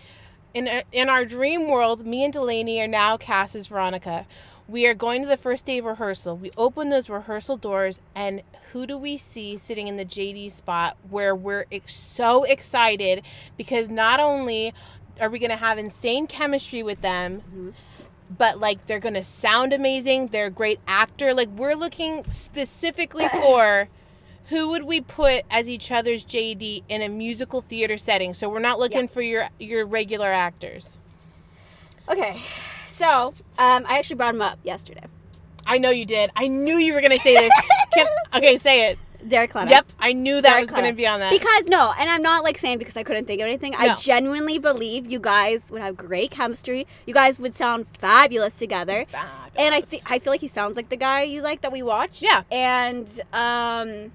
A: in a, in our dream world, me and Delaney are now cast as Veronica. We are going to the first day of rehearsal. We open those rehearsal doors, and who do we see sitting in the JD spot where we're ex- so excited because not only are we going to have insane chemistry with them,
B: Mhm.
A: but like they're going to sound amazing. They're a great actor. Like we're looking specifically for who would we put as each other's JD in a musical theater setting? So we're not looking for your your regular actors.
B: Okay, so um, I actually brought him up yesterday.
A: I know you did. I knew you were gonna say this. Can, okay, say it.
B: Derek Clement.
A: Yep, I knew that
B: Very
A: was gonna
B: clever.
A: be on that.
B: Because no, and I'm not like saying because I couldn't think of anything.
A: Uh, No.
B: I genuinely believe you guys would have great chemistry. You guys would sound fabulous together.
A: Fabulous.
B: And I think I feel like he sounds like the guy you like that we watched.
A: Yeah.
B: And um,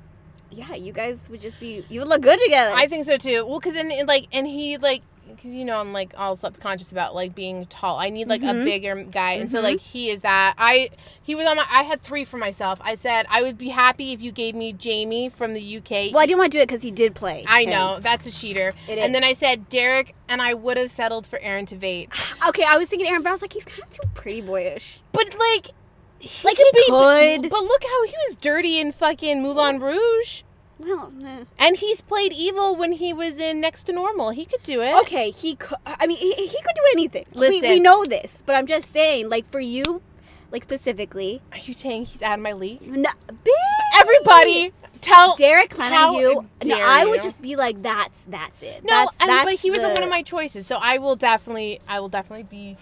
B: yeah, you guys would just be you would look good together.
A: I think so too. Well, because in, in, like and he like because you know I'm like all subconscious about like being tall. I need like a
B: Mhm.
A: bigger guy, and so
B: Mhm.
A: like he is that. I he was on my. I had three for myself. I said I would be happy if you gave me Jamie from the UK.
B: well, I didn't want to do it because he did play.
A: I
B: him.
A: know that's a cheater.
B: It
A: And
B: is.
A: then I said Derek, and I would have settled for Aaron Tveit.
B: Okay, I was thinking Aaron, but I was like, he's kind of too pretty boyish.
A: But like, he
B: Like, he could.
A: But look how he was dirty in fucking Moulin Rouge,
B: Well, nah.
A: and he's played evil when he was in Next to Normal. He could do it.
B: eh. okay, he could. I mean, he, he could do anything. We- we,
A: Listen.
B: know this, but I'm just saying, like for you, like specifically,
A: Are you saying he's out of my league?
B: no, bitch.
A: Everybody, tell
B: Derek Clement,
A: How
B: you. No,
A: dare
B: I
A: you.
B: would just be like, that's that's it.
A: no.
B: that's,
A: and,
B: that's
A: but he wasn't
B: the-
A: one of my choices, so I will definitely, I will definitely be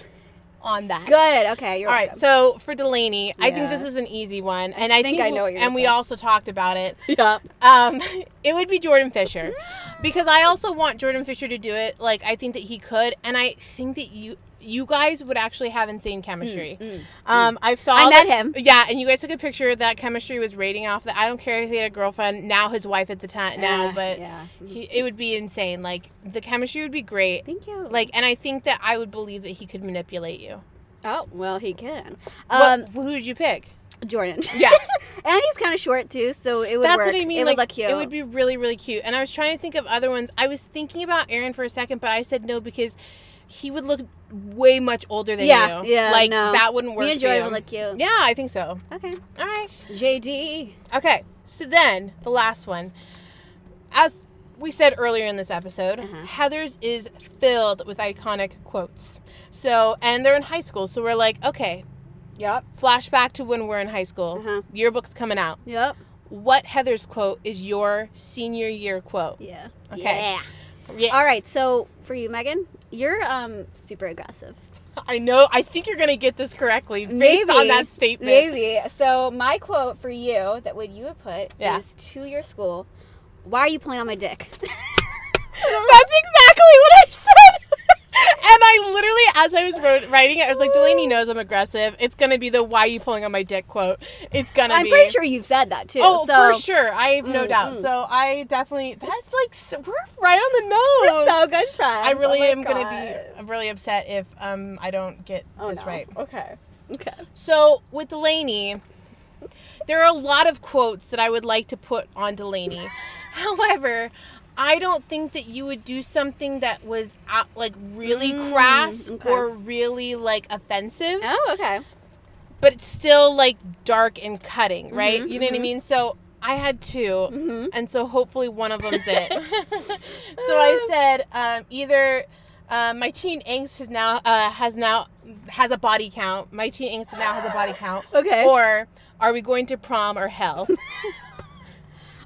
A: on that.
B: Good. Okay, you're
A: All right, so for Delaney, I think
B: Yeah.
A: this is an easy one, and I
B: think
A: think,
B: I know what you're
A: and we
B: saying.
A: also talked about it.
B: yeah.
A: Um, it would be Jordan Fisher because I also want Jordan Fisher to do it. Like I think that he could, and I think that you you guys would actually have insane chemistry. Um, I've saw
B: Mm, I
A: that-
B: met him.
A: Yeah, and you guys took a picture. That chemistry was rating off. That I don't care if he had a girlfriend now, his wife at the time now,
B: Uh,
A: but
B: yeah.
A: he, it would be insane. Like the chemistry would be great.
B: Thank you.
A: Like, and I think that I would believe that he could manipulate you.
B: oh well, he can. Um,
A: What- who did you pick?
B: Jordan.
A: Yeah.
B: and he's kind of short too, so it would
A: That's
B: work.
A: what I mean.
B: It
A: like,
B: would look cute.
A: It would be really, really cute. And I was trying to think of other ones. I was thinking about Aaron for a second, but I said no because he would look way much older than
B: Yeah,
A: you.
B: yeah,
A: Like
B: no.
A: that wouldn't work.
B: Me and
A: for
B: Joy
A: you.
B: would look cute.
A: Yeah, I think so.
B: Okay.
A: All right.
B: JD.
A: Okay. So then the last one. As we said earlier in this episode,
B: Uh-huh.
A: Heather's is filled with iconic quotes. So, and they're in high school. So we're like, okay,
B: Yep.
A: flashback to when we're in high school.
B: Uh-huh.
A: Yearbook's coming out.
B: Yep.
A: What Heather's quote is your senior year quote?
B: Yeah.
A: Okay.
B: Yeah.
A: Yeah,
B: All right. So for you, Megan, you're um super aggressive.
A: I know. I think you're gonna get this correctly based on
B: Maybe.
A: that statement.
B: Maybe. So my quote for you that would you would put
A: Yeah.
B: is to your school. Why are you pulling on my dick?
A: That's exactly what I said. and I literally, as I was wrote, writing it, I was like, Delaney knows I'm aggressive. It's gonna be the "Why you pulling on my dick" quote. It's gonna
B: I'm
A: be.
B: pretty sure you've said that too.
A: Oh,
B: so
A: for sure. I have no
B: Mm,
A: doubt.
B: mm.
A: So I definitely. That's like so- we're right on the
B: we're
A: nose.
B: so good friends.
A: I really
B: Oh my
A: am
B: God.
A: gonna be really upset if um I don't get
B: Oh,
A: this
B: no.
A: right.
B: Okay. Okay.
A: So with Delaney, there are a lot of quotes that I would like to put on Delaney. However, I don't think that you would do something that was out, like really
B: Mm,
A: crass
B: okay.
A: or really like offensive,
B: Oh, okay.
A: but it's still like dark and cutting, right?
B: Mhm,
A: you know what I
B: mhm.
A: mean? So I had 2
B: Mm-hmm.
A: and so hopefully one of them's it. so I said um, either uh, my teen angst has now uh, has now has a body count. My teen angst now has a body count.
B: Okay.
A: Or Are we going to prom or hell?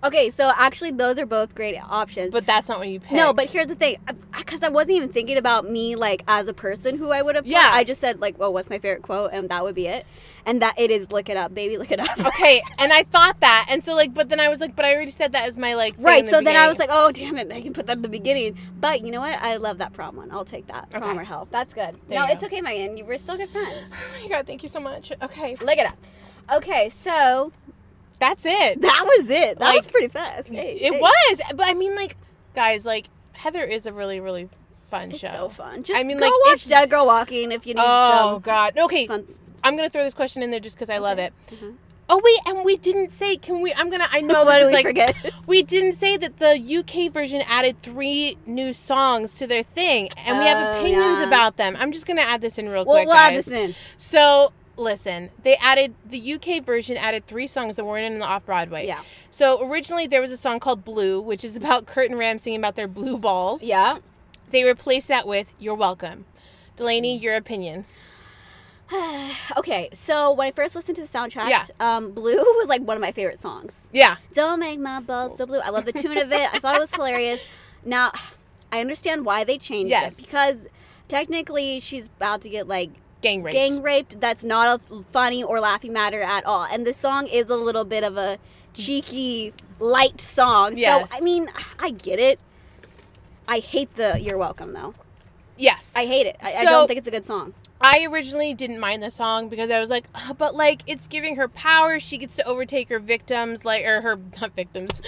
B: Okay, so actually, those are both great options.
A: But that's not what you picked.
B: no, but here's the thing, because I, wasn't even thinking about me like as a person who I would have.
A: Yeah.
B: I just said like, well, what's my favorite quote, and that would be it, and that it is look it up, baby, look it up.
A: okay, and I thought that, and so like, but then I was like, but I already said that as my like. thing
B: Right,
A: in the
B: so then I
A: beginning.
B: was like, oh, damn it, Megan put that at the beginning. But you know what? I love that prom one. I'll take that. Prom
A: Okay.
B: or hell. That's good.
A: There
B: no,
A: you
B: it's
A: go.
B: okay, Megan. You- We're still good friends.
A: oh my god, thank you so much. Okay,
B: Look it up. Okay, so
A: that's it.
B: that was it. That was
A: Like,
B: pretty fast. Hey,
A: it
B: hey.
A: was, but I mean, like, guys, like Heather is a really, really fun
B: It's
A: show.
B: so fun. Just
A: mean,
B: go
A: like,
B: watch
A: it's-
B: Dead Girl Walking if you need
A: Oh
B: some
A: god. Okay,
B: fun.
A: I'm gonna throw this question in there just because I love
B: Okay.
A: it.
B: Mhm.
A: Oh wait, and we didn't say. Can we? I'm gonna. I know
B: Why
A: this
B: did
A: is
B: we
A: like
B: forget?
A: we didn't say that the UK version added three new songs to their thing, and we have
B: Oh,
A: opinions
B: yeah.
A: about them. I'm just gonna add this in real
B: Well,
A: quick,
B: we'll
A: guys.
B: add this in.
A: So listen, they added the UK version added three songs that weren't in the off Broadway.
B: Yeah.
A: So originally there was a song called Blue, which is about Kurt and Ram singing about their blue balls.
B: Yeah.
A: They replaced that with You're Welcome. Delaney,
B: Mm.
A: your opinion.
B: okay, so when I first listened to the soundtrack,
A: Yeah.
B: um, Blue was like one of my favorite songs.
A: Yeah.
B: Don't make my balls so blue. I love the tune of it. I thought it was hilarious. Now, I understand why they changed
A: Yes.
B: it because technically she's about to get like
A: Gang raped.
B: gang raped. That's not a funny or laughing matter at all. And the song is a little bit of a cheeky, light song.
A: Yes.
B: So I mean, I get it. I hate the "You're Welcome" though.
A: Yes.
B: I hate it. I, I
A: So-
B: don't think it's a good song.
A: I originally didn't mind the song because I was like, "Ah, but like it's giving her power. She gets to overtake her victims, like or her not victims,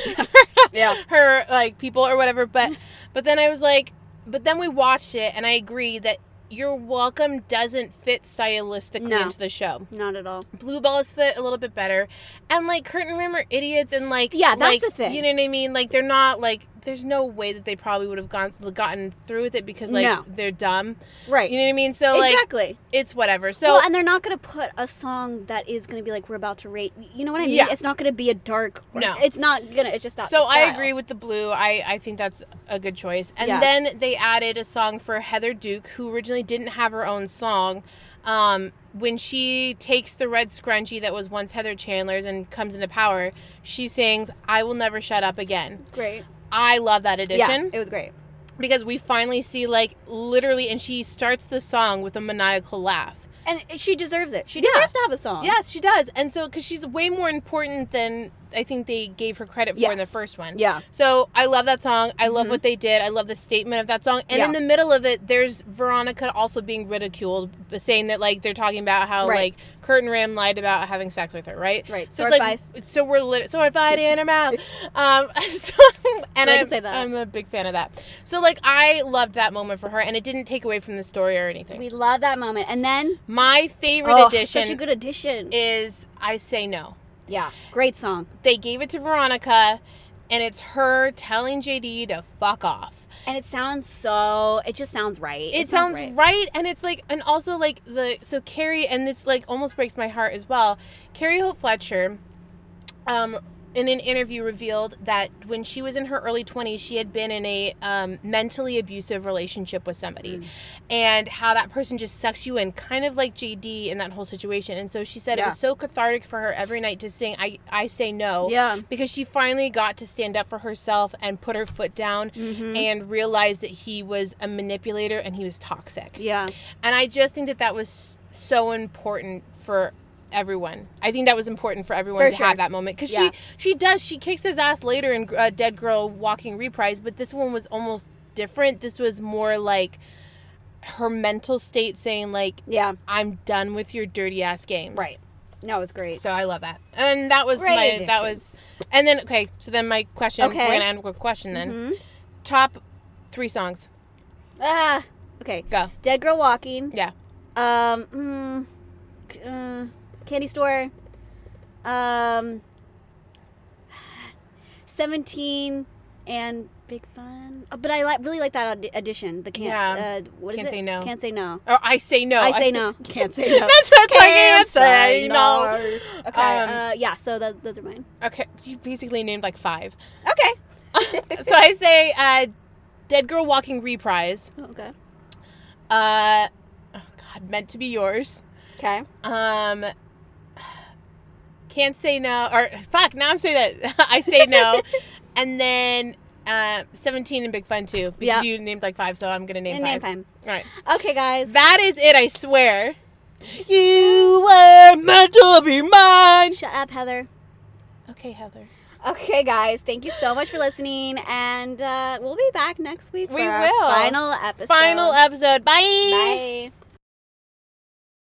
B: Yeah.
A: her like people or whatever. But but then I was like, but then we watched it, and I agree that your welcome doesn't fit stylistically
B: No.
A: into the show.
B: Not at all.
A: Blue balls fit a little bit better, and like Kurt and Rim are idiots, and like
B: Yeah, that's
A: like,
B: the thing.
A: You know what I mean? Like they're not like there's no way that they probably would have gone gotten through with it because like
B: No.
A: they're dumb.
B: Right.
A: You know what I mean? So like
B: exactly.
A: it's whatever. So
B: well, and they're not going to put a song that is going to be like we're about to rate. You know what I mean?
A: Yeah.
B: It's not going to be a dark. Or,
A: No.
B: It's not going to. It's just not.
A: so
B: the
A: I
B: style.
A: agree with the blue. I, I think that's a good choice. And
B: Yeah.
A: then they added a song for Heather Duke, who originally didn't have her own song. Um, when she takes the red scrunchie that was once Heather Chandler's and comes into power, she sings "I Will Never Shut Up Again."
B: Great.
A: I love that
B: Yeah.
A: addition
B: It was great.
A: because we finally see like literally, and she starts the song with a maniacal laugh.
B: And she deserves it. She
A: Yeah.
B: deserves to have a song.
A: Yes, she does, and so because she's way more important than I think they gave her credit for in the
B: Yes.
A: first one.
B: Yeah.
A: So I love that song. I love
B: Mhm.
A: what they did. I love the statement of that song. And in the
B: Yeah.
A: middle of it, there's Veronica also being ridiculed, saying that like they're talking about how
B: Right.
A: like Kurt and Ram lied about having sex with her, right?
B: Right.
A: So
B: So
A: it's like
B: advice.
A: so we're lit- sword fight in her mouth. Um, so, and
B: I can
A: I'm,
B: say that.
A: I'm a big fan of that. So like I loved that moment for her, and it didn't take away from the story or anything.
B: we love that moment. And then
A: My favorite
B: oh,
A: addition
B: such a good addition.
A: is I say no.
B: yeah. Great song.
A: They gave it to Veronica, and it's her telling JD to fuck off.
B: And it sounds so. It just sounds right.
A: it sounds right. and it's like and also like the so carrie and this like almost breaks my heart as well carrie hope fletcher um in an interview revealed that when she was in her early 20s she had been in a um, mentally abusive relationship with somebody
B: Mm.
A: and how that person just sucks you in kind of like jd in that whole situation and so she said it
B: Yeah.
A: was so cathartic for her every night to sing i, I say no
B: Yeah.
A: because she finally got to stand up for herself and put her foot down
B: Mhm.
A: and realized that he was a manipulator and he was toxic.
B: yeah.
A: And I just think that that was so important for everyone. I think that was important for everyone
B: For
A: to
B: sure.
A: have that moment because
B: Yeah.
A: she she does she kicks his ass later in uh, Dead Girl Walking Reprise, but this one was almost different. This was more like her mental state saying like
B: Yeah.
A: I'm done with your dirty ass games.
B: Right. No, it was great.
A: So I love that. And that was
B: Great
A: my that
B: addition.
A: was and then okay, so then my question
B: Okay.
A: we're gonna end with a question then.
B: Mhm.
A: Top three songs.
B: Ah. Okay.
A: Go.
B: Dead Girl Walking.
A: Yeah.
B: Um, mm, c- uh, candy store. Um, seventeen and big fun. Oh, but I like really like that ad- addition. The can't.
A: Yeah.
B: Uh, what is
A: Can't
B: it?
A: say no.
B: Can't say no.
A: Or I say no.
B: I say no. Can't say no.
A: That's what I
B: Can't
A: say no.
B: Okay.
A: Um,
B: uh, yeah. So those those are mine.
A: Okay, you basically named like five.
B: Okay.
A: so I say uh, Dead Girl Walking Reprise.
B: Okay.
A: Uh, oh God, Meant to Be Yours.
B: Okay.
A: Um, Can't say no. Or fuck, now I'm saying that. I say no. and then uh, 17 and Big Fun too. Because
B: Yep.
A: you named like five, so I'm going to name
B: And
A: five.
B: name time.
A: All right.
B: Okay, guys.
A: That is it, I swear. You were meant to be mine.
B: Shut up, Heather.
A: Okay, Heather.
B: Okay, guys. Thank you so much for listening, and uh, we'll be back next week. For
A: We
B: our
A: will.
B: final episode.
A: Final episode.
B: Bye.